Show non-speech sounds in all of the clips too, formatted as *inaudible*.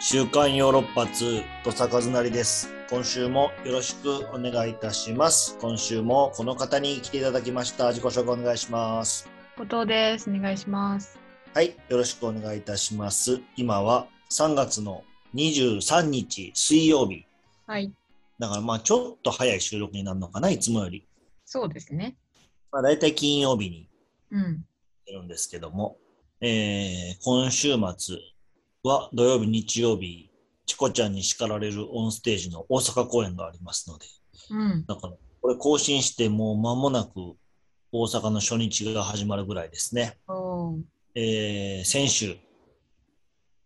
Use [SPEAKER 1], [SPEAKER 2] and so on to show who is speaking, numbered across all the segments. [SPEAKER 1] 週刊ヨーロッパ2土佐和成です今週もよろしくお願いいたします今週もこの方に来ていただきました自己紹介お願いします
[SPEAKER 2] 後藤です。お願いします。
[SPEAKER 1] はいよろしくお願いいたします今は3月の23日水曜日
[SPEAKER 2] はい。
[SPEAKER 1] だからまあちょっと早い収録になるのかないつもより
[SPEAKER 2] そうですね。
[SPEAKER 1] まあ大体金曜日に
[SPEAKER 2] うん。
[SPEAKER 1] いるんですけども、えー今週末は土曜日、日曜日、チコちゃんに叱られるオンステージの大阪公演がありますので、
[SPEAKER 2] うん。
[SPEAKER 1] だからこれ更新してもう間もなく大阪の初日が始まるぐらいですね。
[SPEAKER 2] おー
[SPEAKER 1] えー先週、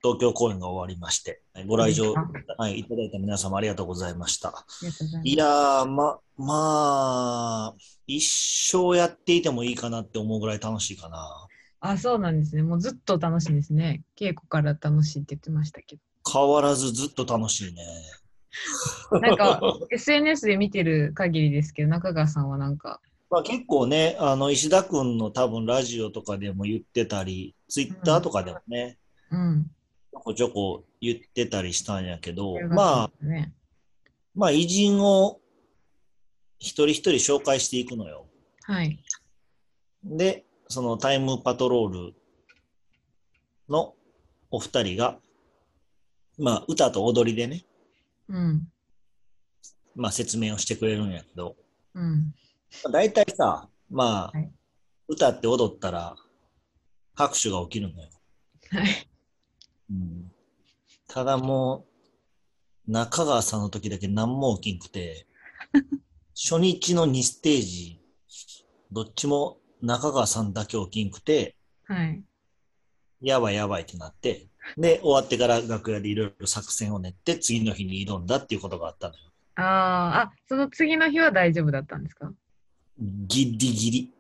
[SPEAKER 1] 東京公演が終わりまして、ご来場、
[SPEAKER 2] あり
[SPEAKER 1] はい、いただいた皆様ありがとうございました。
[SPEAKER 2] がとうございます
[SPEAKER 1] いやー、ま、まあ、一生やっていてもいいかなって思うぐらい楽しいかな。
[SPEAKER 2] あ、そうなんですね。もうずっと楽しいですね。稽古から楽しいって言ってましたけ
[SPEAKER 1] 変わらずずっと楽しいね。
[SPEAKER 2] *laughs* ど。なんか、SNS で見てる限りですけど、中川さんはなんか、
[SPEAKER 1] まあ、結構ね、あの石田君の多分ラジオとかでも言ってたり、ツイッターとかでもね、
[SPEAKER 2] うん。
[SPEAKER 1] ちょこちょこ言ってたりしたんやけど、まあ
[SPEAKER 2] ま、あ、ね。
[SPEAKER 1] まあ、偉人を一人一人紹介していくのよ。
[SPEAKER 2] はい。
[SPEAKER 1] で、そのタイムパトロールのお二人が、まあ、歌と踊りでね、
[SPEAKER 2] うん。
[SPEAKER 1] まあ、説明をしてくれるんやけど、
[SPEAKER 2] うん。
[SPEAKER 1] まあ大体さ、まあ、
[SPEAKER 2] はい
[SPEAKER 1] 歌って踊ったら拍手が起きるのよ。
[SPEAKER 2] はい。
[SPEAKER 1] うん、ただもう、中川さんの時だけ何も起きんく
[SPEAKER 2] *laughs*
[SPEAKER 1] て、初日の2ステージ、どっちも中川さんだけ起きんくて、
[SPEAKER 2] はい。
[SPEAKER 1] やばいやばいってなって、で、終わってから楽屋でいろいろ作戦を練って、次の日に挑んだっていうことがあったのよ。
[SPEAKER 2] あーあ、その次の日は大丈夫だったんですか
[SPEAKER 1] ギリギリ。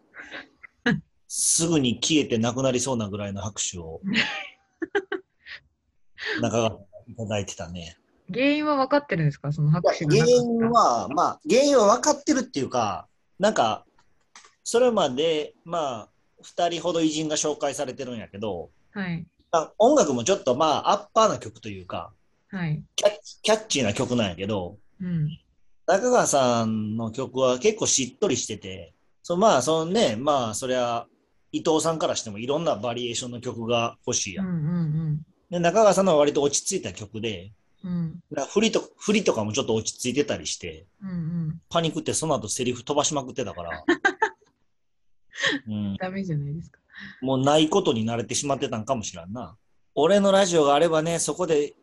[SPEAKER 1] すぐに消えてなくなりそうなぐらいの拍手を、中川さんいただいてたね。
[SPEAKER 2] 原因は分かってるんですかその拍手がなか
[SPEAKER 1] 原
[SPEAKER 2] った
[SPEAKER 1] 因は、まあ、原因は分かってるっていうか、なんか、それまで、まあ、2人ほど偉人が紹介されてるんやけど、
[SPEAKER 2] はい。
[SPEAKER 1] まあ音楽もちょっとまあ、アッパーな曲というか、
[SPEAKER 2] はい。
[SPEAKER 1] キャッキャッチーな曲なんやけど、
[SPEAKER 2] うん。
[SPEAKER 1] 中川さんの曲は結構しっとりしてて、そまあ、そのね、まあ、そりゃ、伊藤さんからしてもいろんなバリエーションの曲が欲しい
[SPEAKER 2] うんう
[SPEAKER 1] やん。
[SPEAKER 2] ん
[SPEAKER 1] で中川さんのは割と落ち着いた曲で、
[SPEAKER 2] うん。うん。
[SPEAKER 1] だから振りと振りとかもちょっと落ち着いてたりして、
[SPEAKER 2] うんうん。
[SPEAKER 1] パニックってその後セリフ飛ばしまくってた
[SPEAKER 2] *laughs*
[SPEAKER 1] から、うん、
[SPEAKER 2] ダメじゃないですか。
[SPEAKER 1] もうないことに慣れてしまってたんかもしらんな。俺のラジオがあればね、そこで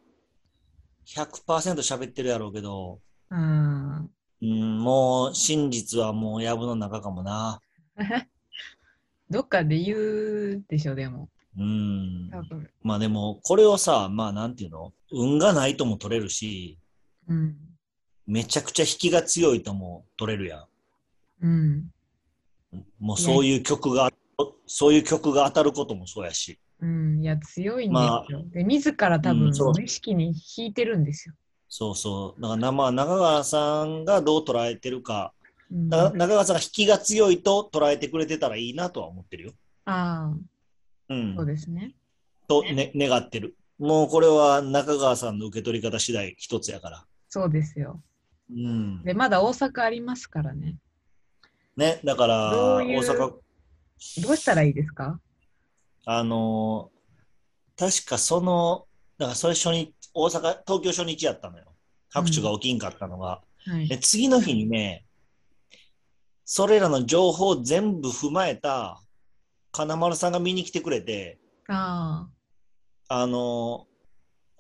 [SPEAKER 1] 100%喋ってるやろうけど、
[SPEAKER 2] あ
[SPEAKER 1] うん、もう真実はもう藪の中かもな。
[SPEAKER 2] あ。どっかで言うでしょ、でも。
[SPEAKER 1] うん。
[SPEAKER 2] 多分。
[SPEAKER 1] まあでも、これをさ、まあなんていうの運がないとも取れるし、
[SPEAKER 2] うん。
[SPEAKER 1] めちゃくちゃ引きが強いとも取れるや
[SPEAKER 2] うん。
[SPEAKER 1] ん。もうそういう曲が、そういう曲が当たることもそうやし。
[SPEAKER 2] うん。いや、強いんですよ。
[SPEAKER 1] ま
[SPEAKER 2] で自ら多
[SPEAKER 1] う
[SPEAKER 2] 分
[SPEAKER 1] んそう、
[SPEAKER 2] 無意識に引いてるんですよ。
[SPEAKER 1] そうそう。だからな、まあ、中川さんがどう捉えてるか、
[SPEAKER 2] うん、
[SPEAKER 1] だ
[SPEAKER 2] あ
[SPEAKER 1] 中川さんが引きが強いと捉えてくれてたらいいなとは思ってるよ。
[SPEAKER 2] あ、
[SPEAKER 1] う。
[SPEAKER 2] そうんですね。
[SPEAKER 1] と、ね、願ってる。もうこれは中川さんの受け取り方次第一つやから。
[SPEAKER 2] そうですよ。
[SPEAKER 1] うん。
[SPEAKER 2] で、まだ大阪ありますからね。
[SPEAKER 1] ね、だから、
[SPEAKER 2] ど
[SPEAKER 1] 大
[SPEAKER 2] ういう
[SPEAKER 1] 阪、
[SPEAKER 2] どうしたらいいですか
[SPEAKER 1] あのー確かその、だからそれ初日、大阪、東京初日やったのよ。拍手が起きんかったのが。
[SPEAKER 2] はい
[SPEAKER 1] で。次の日にね、それらの情報を全部踏まえた、金丸さんが見に来てくれて、
[SPEAKER 2] ああ。
[SPEAKER 1] あのー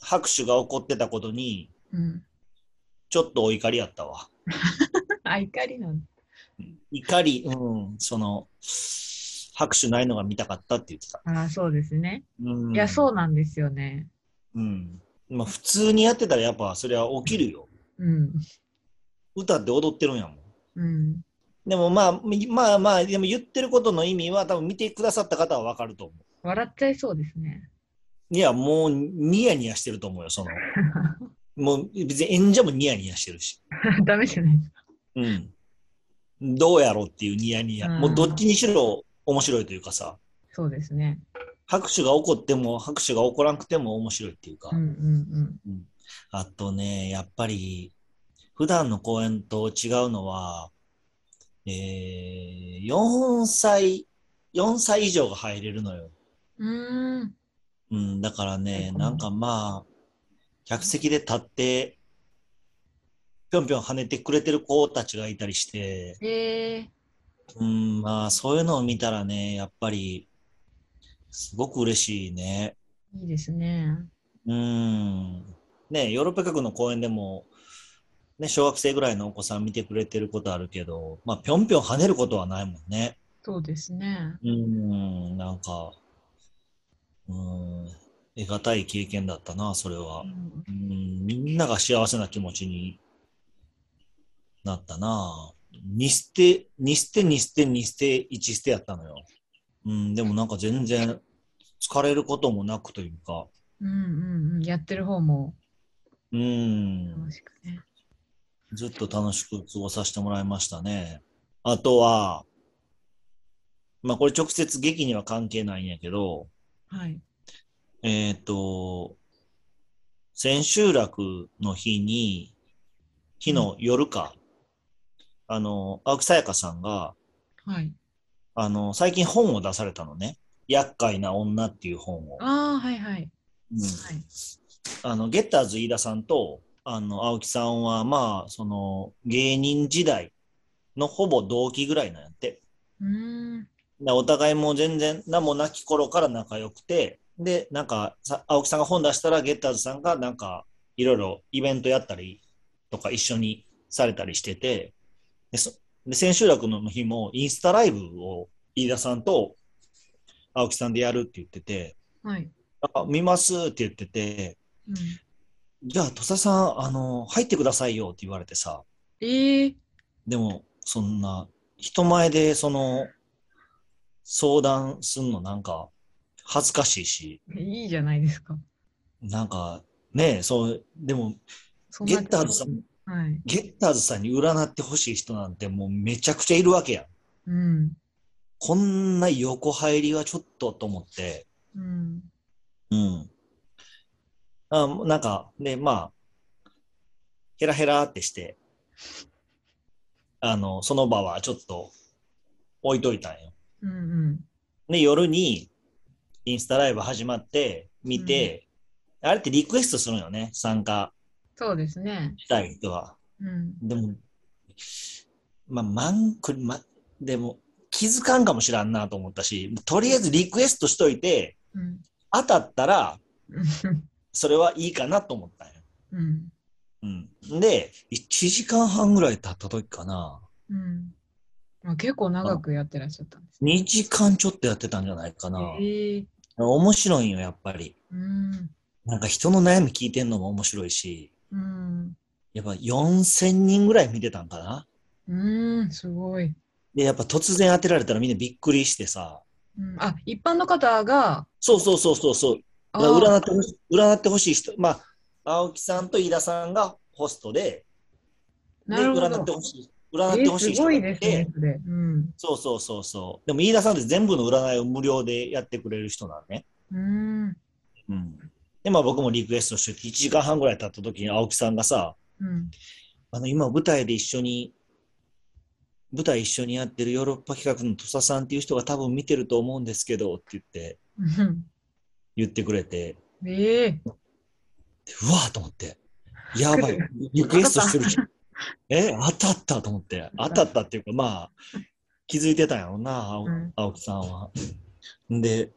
[SPEAKER 1] 拍手が起こってたことに、
[SPEAKER 2] うん。 *laughs*
[SPEAKER 1] ちょっとお怒りやったわ。
[SPEAKER 2] あ、怒りなん
[SPEAKER 1] 怒り、うん、その、拍手ないのが見たかったって言ってた。
[SPEAKER 2] ああ、そうですね。
[SPEAKER 1] うん、
[SPEAKER 2] いや、そうなんですよね。
[SPEAKER 1] うん。まあ、普通にやってたらやっぱそれは起きるよ。
[SPEAKER 2] うん。
[SPEAKER 1] 歌って踊ってるんやもん。
[SPEAKER 2] うん。
[SPEAKER 1] でもまあ、みまあまあ、でも言ってることの意味は多分見てくださった方はわかると思う。
[SPEAKER 2] 笑っちゃいそうですね。 *laughs*
[SPEAKER 1] いや、もうニヤニヤしてると思うよ、その。もう別に演者もニヤニヤしてるし。
[SPEAKER 2] ダメじゃないですか。
[SPEAKER 1] うん。どうやろうっていうニヤニヤ。
[SPEAKER 2] うん
[SPEAKER 1] もうどっちにしろ面白いというかさ、
[SPEAKER 2] そうですね。
[SPEAKER 1] 拍手が起こっても、拍手が起こらなくても面白いっていうか、
[SPEAKER 2] うんうん
[SPEAKER 1] あとね、やっぱり、普段の公演と違うのは、えー、4歳、4歳以上が入れるのよ。
[SPEAKER 2] うん。うーん。
[SPEAKER 1] うん、だからね、
[SPEAKER 2] うん
[SPEAKER 1] なんかまあ、客席で立って、ぴょんぴょん跳ねてくれてる子たちがいたりして、
[SPEAKER 2] ええ
[SPEAKER 1] うん、まあ、そういうのを見たらね、やっぱり、すごく嬉しいね。
[SPEAKER 2] いいですね。
[SPEAKER 1] うん。ね、ヨーロッパ各の公演でも、ね、小学生ぐらいのお子さん見てくれてることあるけど、まあ、ぴょんぴょん跳ねることはないもんね。
[SPEAKER 2] そうですね。
[SPEAKER 1] うん、なんか、うん、得難い経験だったな、それは
[SPEAKER 2] う。ん
[SPEAKER 1] うんみんなが幸せな気持ちになったな。に捨て、に捨て、に捨て、に捨て、1捨てやったのよ。うん、でもなんか全然疲れることもなくというか、
[SPEAKER 2] うんうんうん。やってる方も
[SPEAKER 1] うん
[SPEAKER 2] 楽、しくね。
[SPEAKER 1] ずっと楽しく過ごさせてもらいましたね。あとは、まあこれ直接劇には関係ないんやけど、
[SPEAKER 2] はい。
[SPEAKER 1] えっ、と、千秋楽の日に、日の夜か、あの、青木さやかさんが、
[SPEAKER 2] はい。
[SPEAKER 1] あの、最近本を出されたのね。厄介な女っていう本を。
[SPEAKER 2] ああ、はいはい。
[SPEAKER 1] うん
[SPEAKER 2] はい。
[SPEAKER 1] あの、ゲッターズ飯田さんと、あの、青木さんは、まあ、その、芸人時代のほぼ同期ぐらいなんやって。
[SPEAKER 2] うーん。
[SPEAKER 1] でお互いもう全然名もなき頃から仲良くて、で、なんかさ、青木さんが本出したら、ゲッターズさんがなんか、いろいろイベントやったりとか一緒にされたりしてて、で、そで千秋楽の日もインスタライブを飯田さんと青木さんでやるって言ってて、
[SPEAKER 2] はい。
[SPEAKER 1] あ、見ますって言ってて、
[SPEAKER 2] うん、
[SPEAKER 1] じゃあ、土佐さん、あの、入ってくださいよって言われてさ、
[SPEAKER 2] ええ
[SPEAKER 1] でも、そんな、人前で、その、相談すんのなんか、恥ずかしいし、
[SPEAKER 2] いいじゃないですか。
[SPEAKER 1] なんか、ねえ、そう、でも、
[SPEAKER 2] そんな
[SPEAKER 1] ゲッターズさん、
[SPEAKER 2] はい。
[SPEAKER 1] ゲッターズさんに占ってほしい人なんてもうめちゃくちゃいるわけやん。
[SPEAKER 2] うん。
[SPEAKER 1] こんな横入りはちょっとと思って、
[SPEAKER 2] うん。
[SPEAKER 1] うん。あなんか、ね、まあ、ヘラヘラってして、あの、その場はちょっと置いといたんよ。
[SPEAKER 2] うんうん。
[SPEAKER 1] で、夜にインスタライブ始まって、見て、あれってリクエストするよね、参加
[SPEAKER 2] そうですね。
[SPEAKER 1] したい人は。
[SPEAKER 2] うん。
[SPEAKER 1] でも、まあ、マンクリ、ま、でも、気づかんかもしらんなと思ったし、とりあえずリクエストしといて、
[SPEAKER 2] うん。
[SPEAKER 1] 当たったら、
[SPEAKER 2] うん
[SPEAKER 1] それはいいかなと思ったんよ。
[SPEAKER 2] うん。
[SPEAKER 1] うん。で、1時間半ぐらい経った時かな。
[SPEAKER 2] うん。まあ、結構長くやってらっしゃったんですね。
[SPEAKER 1] 2時間ちょっとやってたんじゃないかな。
[SPEAKER 2] ええ
[SPEAKER 1] 面白いんよ、やっぱり。
[SPEAKER 2] うん。
[SPEAKER 1] なんか人の悩み聞いてんのも面白いし。
[SPEAKER 2] うん。
[SPEAKER 1] やっぱ4000人ぐらい見てたんかな
[SPEAKER 2] うん。すごい。
[SPEAKER 1] で、やっぱ突然当てられたらみんなびっくりしてさ。
[SPEAKER 2] うん、あ、一般の方が、
[SPEAKER 1] そうそうそうそうそう。
[SPEAKER 2] あ
[SPEAKER 1] だから占っ
[SPEAKER 2] ー
[SPEAKER 1] てほしい、占ってほしい人。まあ、青木さんと飯田さんがホストで、で、
[SPEAKER 2] なるほ
[SPEAKER 1] 占って
[SPEAKER 2] ど。
[SPEAKER 1] ほしい。占ってほしい
[SPEAKER 2] えーす
[SPEAKER 1] 人
[SPEAKER 2] ご
[SPEAKER 1] がい
[SPEAKER 2] い
[SPEAKER 1] て、
[SPEAKER 2] ですね、それ。うん。
[SPEAKER 1] そうそうそうそう。でも飯田さんって全部の占いを無料でやってくれる人なのね。
[SPEAKER 2] うん。
[SPEAKER 1] うん。で、まあ僕もリクエストして、1時間半ぐらい経った時に青木さんがさ、
[SPEAKER 2] うん。 *laughs*
[SPEAKER 1] あの、今舞台で一緒に、舞台一緒にやってるヨーロッパ企画の土佐さんっていう人が多分見てると思うんですけど、って言って、
[SPEAKER 2] うん
[SPEAKER 1] 言ってくれて、
[SPEAKER 2] ええ
[SPEAKER 1] うわーと思って、や
[SPEAKER 2] *laughs*
[SPEAKER 1] ばい、リクエストしてる人。え、当たったと思って、当たったっていうか、まあ、気づいてたんやろうな、青
[SPEAKER 2] うん
[SPEAKER 1] 青木さんは。んで、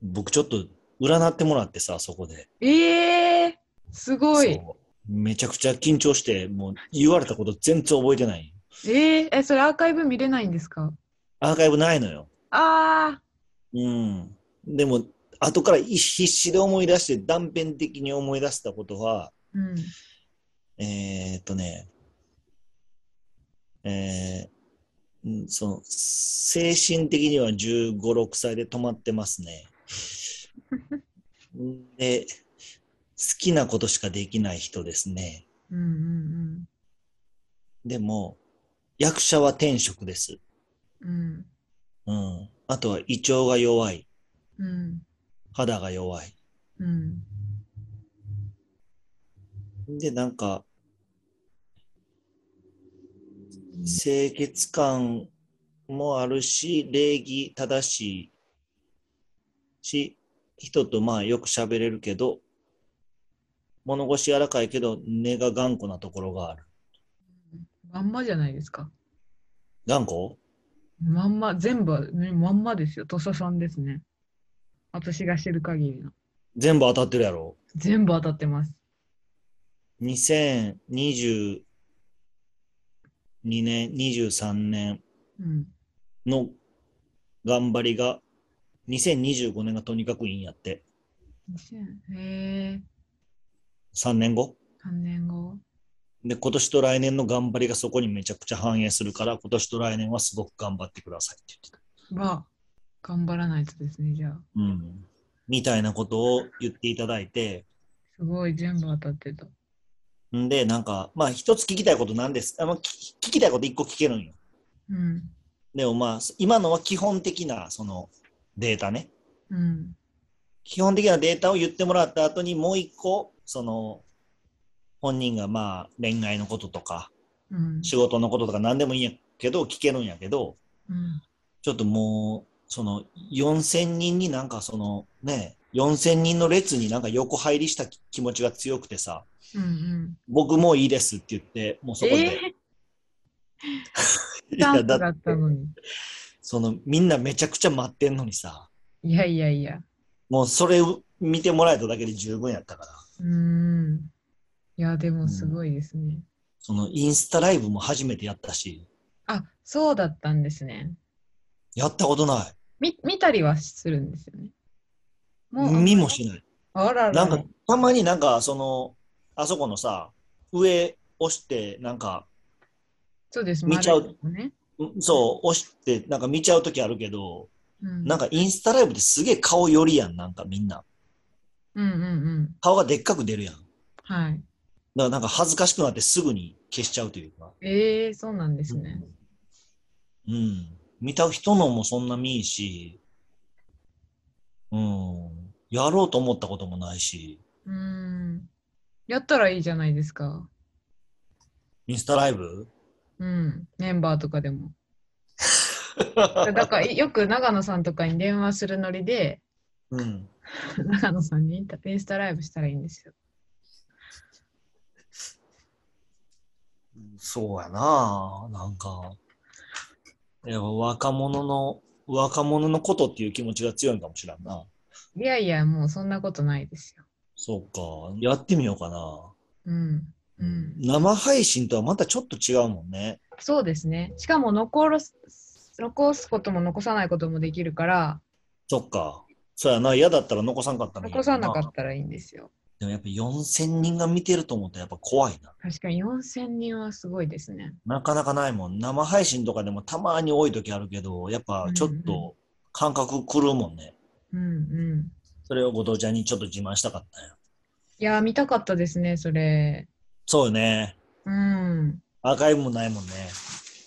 [SPEAKER 1] 僕ちょっと占ってもらってさ、そこで。
[SPEAKER 2] ええすごい。
[SPEAKER 1] そうめちゃくちゃ緊張して、もう言われたこと全然覚えてない。
[SPEAKER 2] えええ、それアーカイブ見れないんですか
[SPEAKER 1] アーカイブないのよ。
[SPEAKER 2] ああ、
[SPEAKER 1] うん。でも、後から必死で思い出して、断片的に思い出したことは、
[SPEAKER 2] うん。
[SPEAKER 1] えー、っとね、えー、んその、精神的には15、6歳で止まってますね。で、好きなことしかできない人ですね。
[SPEAKER 2] うんうん
[SPEAKER 1] でも、役者は天職です。
[SPEAKER 2] うん。う
[SPEAKER 1] う
[SPEAKER 2] ん
[SPEAKER 1] ん。あとは胃腸が弱い。
[SPEAKER 2] ううん。
[SPEAKER 1] 肌が弱い。
[SPEAKER 2] うん。
[SPEAKER 1] で、なんか、清潔感もあるし、礼儀正しいし、人とまあよく喋れるけど、物腰柔らかいけど根が頑固なところがある。
[SPEAKER 2] まんまじゃないですか。
[SPEAKER 1] 頑固
[SPEAKER 2] まんま、全部、ね、まんまですよ。土佐さんですね。私が知る限りの。
[SPEAKER 1] 全部当たってるやろ
[SPEAKER 2] 全部当たってます。
[SPEAKER 1] 2022年、23年
[SPEAKER 2] うん。
[SPEAKER 1] の頑張りが、2025年がとにかくいいんやって。
[SPEAKER 2] 2000へえ、
[SPEAKER 1] 3年後
[SPEAKER 2] 3年後。
[SPEAKER 1] で、今年と来年の頑張りがそこにめちゃくちゃ反映するから、今年と来年はすごく頑張ってくださいって言ってた。
[SPEAKER 2] は、頑張らないとですね、じゃあ。
[SPEAKER 1] うん。みたいなことを言っていただいて、
[SPEAKER 2] すごい、全部当たってた。
[SPEAKER 1] んで、なんか、まあ、一つ聞きたいことなんですあの聞き聞きたいこと一個聞けるんよ。
[SPEAKER 2] うん。
[SPEAKER 1] でもまあ、今のは基本的な、その、データね。
[SPEAKER 2] うん。
[SPEAKER 1] 基本的なデータを言ってもらった後にもう一個、その、本人がまあ、恋愛のこととか、
[SPEAKER 2] うん。
[SPEAKER 1] 仕事のこととか何でもいいんやけど、聞けるんやけど、
[SPEAKER 2] うん。
[SPEAKER 1] ちょっともう、その、4000人になんかその、ね、4000人の列になんか横入りした気気持ちが強くてさ、
[SPEAKER 2] うん。うん。
[SPEAKER 1] 僕もういいですって言って、もうそこで。
[SPEAKER 2] え
[SPEAKER 1] い
[SPEAKER 2] チャン
[SPEAKER 1] や
[SPEAKER 2] スだったのに。
[SPEAKER 1] その、みんなめちゃくちゃ待ってんのにさ、
[SPEAKER 2] いやいやいや。
[SPEAKER 1] もうそれを見てもらえただけで十分やったから。
[SPEAKER 2] うーん。いや、でもすごいですね。
[SPEAKER 1] そのインスタライブも初めてやったし、
[SPEAKER 2] あ、そうだったんですね。
[SPEAKER 1] やったことない。
[SPEAKER 2] み見たりはするんですよね。
[SPEAKER 1] 見もしない。
[SPEAKER 2] あらら
[SPEAKER 1] な
[SPEAKER 2] ら。
[SPEAKER 1] んか、たまになんか、その、あそこのさ、上押して、なんか、
[SPEAKER 2] そうです。
[SPEAKER 1] 見ちゃう
[SPEAKER 2] 丸いとこね。
[SPEAKER 1] んそう、押して、なんか見ちゃうときあるけど、
[SPEAKER 2] うん、
[SPEAKER 1] なんかインスタライブってすげえ顔よりやん、なんかみんな。
[SPEAKER 2] うんうんうん。
[SPEAKER 1] 顔がでっかく出るやん。だか
[SPEAKER 2] はい。
[SPEAKER 1] らなんか恥ずかしくなってすぐに消しちゃうというか。
[SPEAKER 2] ええー、そうなんですね。
[SPEAKER 1] うん。見た人のもそんな見いし、うん。やろうと思ったこともないし、
[SPEAKER 2] うーん。やったらいいじゃないですか。
[SPEAKER 1] インスタライブ
[SPEAKER 2] うん。メンバーとかでも。だから、よく長野さんとかに電話するノリで、
[SPEAKER 1] うん。
[SPEAKER 2] 長野さんにインタインスタライブしたらいいんですよ。
[SPEAKER 1] そうやななんか。いや若者の、若者のことっていう気持ちが強いんかもしれんな。
[SPEAKER 2] いやいや、もうそんなことないですよ。
[SPEAKER 1] そうか。やってみようかな。
[SPEAKER 2] うん。うん。
[SPEAKER 1] 生配信とはまたちょっと違うもんね。
[SPEAKER 2] そうですね。しかも残す、残すことも残さないこともできるから、
[SPEAKER 1] そっか。そうやな。嫌だったら残さんかったのに
[SPEAKER 2] 残さなかったらいいんですよ。
[SPEAKER 1] でもやっぱ4000人が見てると思ったらやっぱ怖いな。
[SPEAKER 2] 確かに4000人はすごいですね。
[SPEAKER 1] なかなかないもん。生配信とかでもたまに多い時あるけど、やっぱちょっと感覚狂うもんね。
[SPEAKER 2] うんうん。
[SPEAKER 1] それを後藤ちゃんにちょっと自慢したかったよ。
[SPEAKER 2] いやー、見たかったですね、それ。
[SPEAKER 1] そうよね。
[SPEAKER 2] うん。
[SPEAKER 1] アーカイブもないもんね。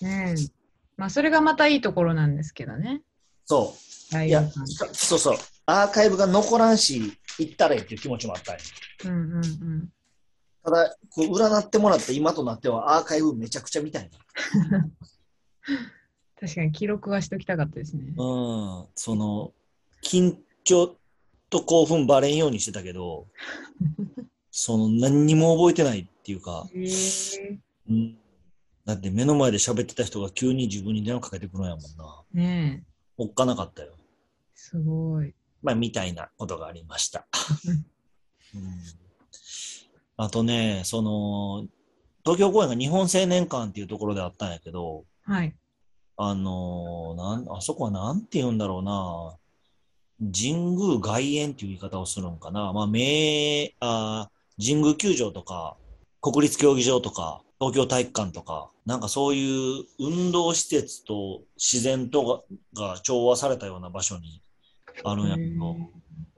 [SPEAKER 2] うん。まあ、それがまたいいところなんですけどね。
[SPEAKER 1] そ
[SPEAKER 2] ラ
[SPEAKER 1] う。い
[SPEAKER 2] イ
[SPEAKER 1] や
[SPEAKER 2] ブさ、
[SPEAKER 1] そうそう。アーカイブが残らんし、行ったらええっていう気持ちもあったんよ
[SPEAKER 2] ん。うんうんうん。
[SPEAKER 1] ただ、こう占ってもらって今となってはアーカイブめちゃくちゃ見たい
[SPEAKER 2] 確かに記録はしときたかったですね。
[SPEAKER 1] な。うん。その、緊張と興奮バレんようにしてたけど、その何にも覚えてないっていうか、
[SPEAKER 2] へえ。
[SPEAKER 1] うんだって目の前で喋ってた人が急に自分に電話かけてくるんやもんな。
[SPEAKER 2] ねえ。
[SPEAKER 1] おっかなかったよ。
[SPEAKER 2] すごい。
[SPEAKER 1] まあ、みたいなことがありました。うんあとね、その、東京公演が日本青年館っていうところであったんやけど、
[SPEAKER 2] はい。
[SPEAKER 1] あのーなん、あそこはなんて言うんだろうな、神宮外苑っていう言い方をするんかな。まあ、名、あー神宮球場とか、国立競技場とか、東京体育館とか、なんかそういう運動施設と自然とがが調和されたような場所にあるんやけど、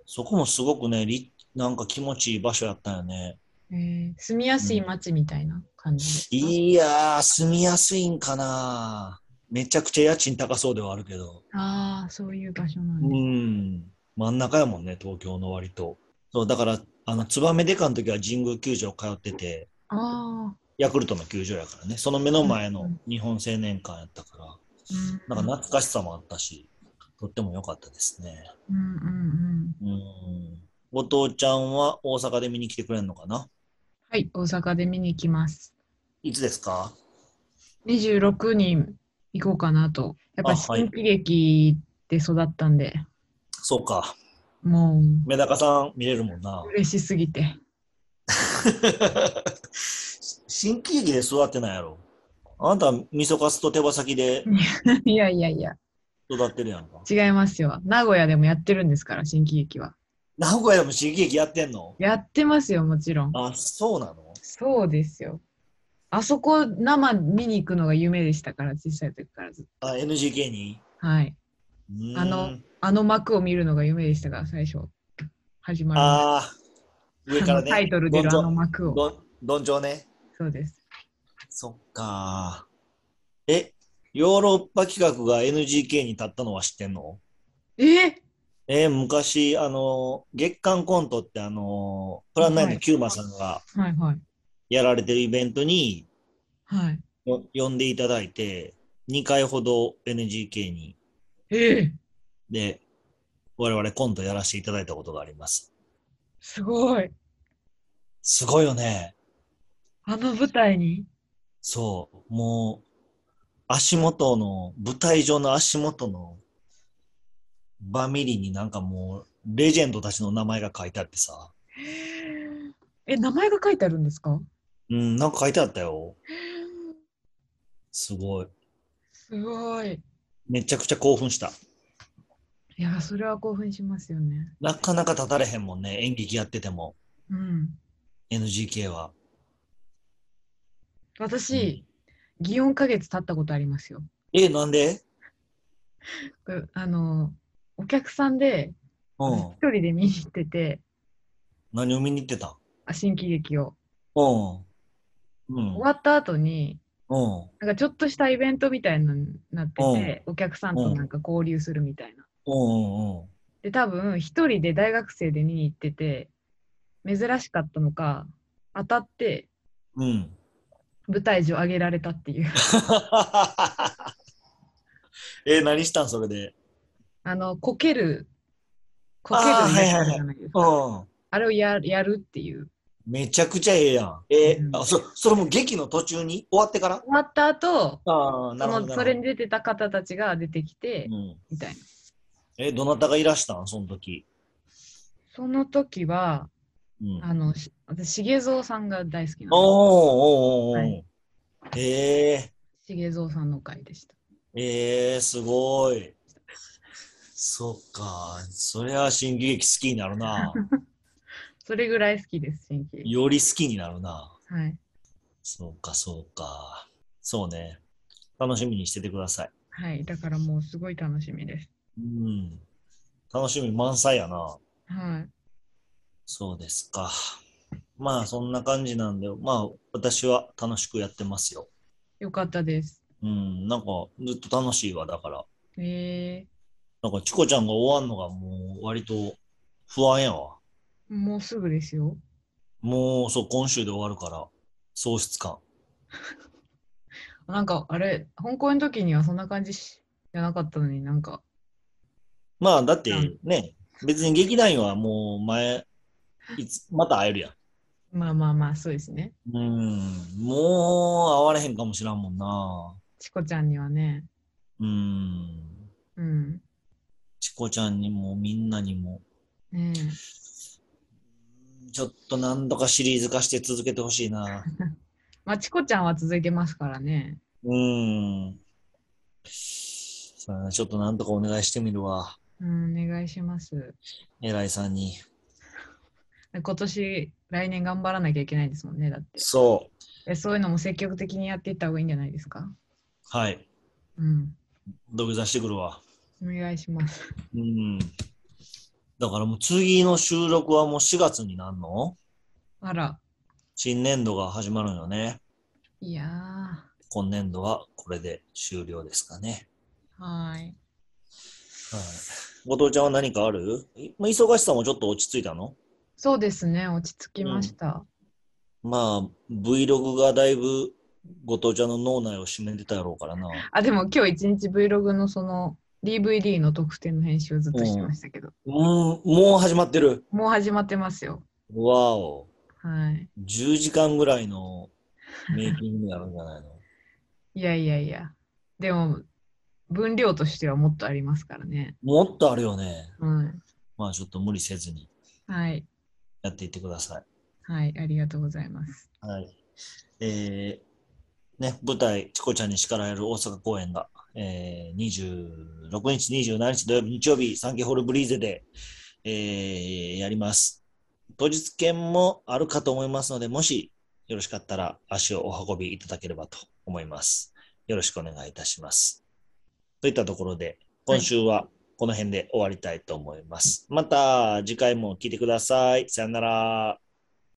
[SPEAKER 1] そこもすごくね、りなんか気持ちいい場所やったよね。
[SPEAKER 2] へえ住みやすい街みたいな感じですか
[SPEAKER 1] いやー、住みやすいんかな。めちゃくちゃ家賃高そうではあるけど。
[SPEAKER 2] ああ、そういう場所なん
[SPEAKER 1] う
[SPEAKER 2] で
[SPEAKER 1] ん。真ん中やもんね、東京の割と。そう、だから、あの、ツバメデカの時は神宮球場通ってて、
[SPEAKER 2] ああ。
[SPEAKER 1] ヤクルトの球場やからね、その目の前
[SPEAKER 2] う
[SPEAKER 1] の
[SPEAKER 2] ん
[SPEAKER 1] 日本青年館やったから、
[SPEAKER 2] う
[SPEAKER 1] な
[SPEAKER 2] ん
[SPEAKER 1] んか懐かしさもあったし、とっても良かったですね。
[SPEAKER 2] うんうんうん。
[SPEAKER 1] うん。お父ちゃんは大阪で見に来てくれるのかな
[SPEAKER 2] はい、大阪で見に行きます。
[SPEAKER 1] いつですか
[SPEAKER 2] 26人行こうかなと。やっぱ
[SPEAKER 1] あはい
[SPEAKER 2] 新喜劇で育ったんで、
[SPEAKER 1] そうか。
[SPEAKER 2] も
[SPEAKER 1] メダカさん見れるもん
[SPEAKER 2] *laughs*
[SPEAKER 1] な
[SPEAKER 2] う。嬉しすぎて。
[SPEAKER 1] 新喜劇で育ってないやろ。あなた、みそかすと手羽先で
[SPEAKER 2] いやいやいや、
[SPEAKER 1] 育ってるやんか。
[SPEAKER 2] 違いますよ。名古屋でもやってるんですから、新喜劇は。
[SPEAKER 1] 名古屋でも新喜劇やってんの
[SPEAKER 2] やってますよ、もちろん。
[SPEAKER 1] あ、そうなの
[SPEAKER 2] そうですよ。あそこ生見に行くのが夢でしたから、小さい時からずっ
[SPEAKER 1] あ、NGK に
[SPEAKER 2] と。はい。
[SPEAKER 1] うーん
[SPEAKER 2] あの、あの幕を見るのが夢でしたから、最初。始まる前。
[SPEAKER 1] あー上から
[SPEAKER 2] あの
[SPEAKER 1] ね。
[SPEAKER 2] タイトル出るあ
[SPEAKER 1] ど
[SPEAKER 2] の
[SPEAKER 1] ん
[SPEAKER 2] 幕を。
[SPEAKER 1] どんどんちょうね。
[SPEAKER 2] そうです。
[SPEAKER 1] そっかー。え、ヨーロッパ企画が NGK に立ったのは知ってんの
[SPEAKER 2] え
[SPEAKER 1] えー昔、あのー月刊コントって、あのープランナインのキューマさんが
[SPEAKER 2] はいはい。
[SPEAKER 1] やられてるイベントに、
[SPEAKER 2] はい。
[SPEAKER 1] よ呼んでいただいて、2回ほど NGK に、
[SPEAKER 2] ええ
[SPEAKER 1] で、我々コントやらせていただいたことがあります。
[SPEAKER 2] すごい。
[SPEAKER 1] すごいよね。
[SPEAKER 2] あの舞台に
[SPEAKER 1] そう、もう、足元の、舞台上の足元の、バミリになんかもう、レジェンドたちの名前が書いてあってさ、
[SPEAKER 2] え、名前が書いてあるんですか
[SPEAKER 1] うん、なんか書いてあったよ。すごい。
[SPEAKER 2] すごい。
[SPEAKER 1] めちゃくちゃ興奮した。
[SPEAKER 2] いや、それは興奮しますよね。
[SPEAKER 1] なかなか立たれへんもんね、演劇やってても、
[SPEAKER 2] うん。
[SPEAKER 1] NGK は。
[SPEAKER 2] 私、祇園花月経ったことありますよ。
[SPEAKER 1] え、なんで
[SPEAKER 2] これあの、お客さんで、
[SPEAKER 1] うん
[SPEAKER 2] 一。人で見に行ってて、
[SPEAKER 1] 何を見に行ってたん
[SPEAKER 2] あ新喜劇を。
[SPEAKER 1] うん。うん
[SPEAKER 2] 終。わった後に、
[SPEAKER 1] うん。
[SPEAKER 2] なんかちょっとしたイベントみたいなのになってて、お客さんとなんか交流するみたいな。
[SPEAKER 1] うん。うん。
[SPEAKER 2] で、多分、一人で大学生で見に行ってて、珍しかったのか、当たって、
[SPEAKER 1] うん。
[SPEAKER 2] 舞台上上げられたっていう *laughs*
[SPEAKER 1] *laughs* え、何したんそれで。
[SPEAKER 2] あのこけるこける
[SPEAKER 1] あーはい
[SPEAKER 2] や
[SPEAKER 1] はいはい
[SPEAKER 2] つじゃないですかあ,、
[SPEAKER 1] うん。
[SPEAKER 2] れをややるっていう
[SPEAKER 1] めちゃくちゃええやん。え
[SPEAKER 2] うん
[SPEAKER 1] あ、そ、それも劇の途中に終わってから
[SPEAKER 2] 終わった後
[SPEAKER 1] ああ、な
[SPEAKER 2] そ
[SPEAKER 1] るほ
[SPEAKER 2] の
[SPEAKER 1] ど。
[SPEAKER 2] それに出てた方たちが出てきて、
[SPEAKER 1] うん。
[SPEAKER 2] みたいな
[SPEAKER 1] え、どなたがいらしたんその時。
[SPEAKER 2] その時は
[SPEAKER 1] うん。
[SPEAKER 2] あのし私重蔵さんが大好きなの
[SPEAKER 1] おーおーおーおー、
[SPEAKER 2] はい
[SPEAKER 1] ええ
[SPEAKER 2] 重蔵さんの回でした
[SPEAKER 1] ええすごい。そっか。そりゃ新喜劇好きになる
[SPEAKER 2] *laughs*
[SPEAKER 1] な。
[SPEAKER 2] それぐらい好きです新規
[SPEAKER 1] より好きになるな。
[SPEAKER 2] はい
[SPEAKER 1] そうか、そうか。そうね。楽しみにしててください。
[SPEAKER 2] はいだからもうすごい楽しみです
[SPEAKER 1] うん。楽しみ満載やな。
[SPEAKER 2] はい
[SPEAKER 1] そうですか。まあ、そんな感じなんで、まあ、私は楽しくやってますよ。
[SPEAKER 2] よかったです
[SPEAKER 1] うん、なんか、ずっと楽しいわ、だから。
[SPEAKER 2] え
[SPEAKER 1] なんか、チコちゃんが終わんのがもう、割と不安やわ。
[SPEAKER 2] ー、もうすぐですよ
[SPEAKER 1] もう、そう、今週で終わるから、喪失感。
[SPEAKER 2] なんかあれ、本校の時にはそんな感じしじゃなかったのになんか、
[SPEAKER 1] まあ、だって
[SPEAKER 2] うん
[SPEAKER 1] ね、別に劇団員はもう、前、いつ、また会えるやん。
[SPEAKER 2] まあまあまあ、そうですね。
[SPEAKER 1] うん、もう会われへんかもしらんもんな。
[SPEAKER 2] チコちゃんにはね、
[SPEAKER 1] うん、
[SPEAKER 2] うん。
[SPEAKER 1] チコちゃんにもみんなにも、
[SPEAKER 2] ねえ
[SPEAKER 1] ちょっと何度かシリーズ化して続けてほしいな。
[SPEAKER 2] まあ、チコちゃんは続いてますからね。
[SPEAKER 1] うん。そうやなちょっと何とかお願いしてみるわ。
[SPEAKER 2] うん、お願いします。
[SPEAKER 1] 偉いさんに。
[SPEAKER 2] 今年、来年頑張らなきゃいけないですもんね、だって。
[SPEAKER 1] そ
[SPEAKER 2] えそういうのも積極的にやっていった方がいいんじゃないですか。
[SPEAKER 1] う。はい。
[SPEAKER 2] うん。
[SPEAKER 1] 土下座してくるわ。
[SPEAKER 2] お願いします。
[SPEAKER 1] うん。だからもう次の収録はもう4月になんの
[SPEAKER 2] あら、
[SPEAKER 1] 新年度が始まるんよね。
[SPEAKER 2] いや
[SPEAKER 1] 今年度はこれで終了ですかね。
[SPEAKER 2] ー、はーい。
[SPEAKER 1] 後藤ちゃんは何かあるいまあ、忙しさもちょっと落ち着いたの
[SPEAKER 2] そうですね、落ち着きました。
[SPEAKER 1] まあ、Vlog がだいぶ後藤ちゃんの脳内を占めてたやろうからな。
[SPEAKER 2] あ、でも今日一日 Vlog のその DVD の特典の編集をずっとしてましたけど、
[SPEAKER 1] もう、もう始まってる。
[SPEAKER 2] もう始まってますよ。
[SPEAKER 1] わお。
[SPEAKER 2] はい。
[SPEAKER 1] 10時間ぐらいのメイキングになるんじゃ *laughs* ないの
[SPEAKER 2] いやいやいや。でも、分量としてはもっとありますからね。
[SPEAKER 1] もっとあるよね。
[SPEAKER 2] うん。
[SPEAKER 1] まあちょっと無理せずに
[SPEAKER 2] はい。
[SPEAKER 1] やっていってください。
[SPEAKER 2] はい、ありがとうございます。
[SPEAKER 1] はい。えー、ね、舞台、チコちゃんに叱られる大阪公演が、えー、26日、27日土曜日、日曜日、サンケイホールブリーゼで、えー、やります。当日券もあるかと思いますので、もしよろしかったら足をお運びいただければと思います。よろしくお願いいたします。といったところで、今週はこの辺で終わりたいと思います。また次回も聞いてください。さよなら。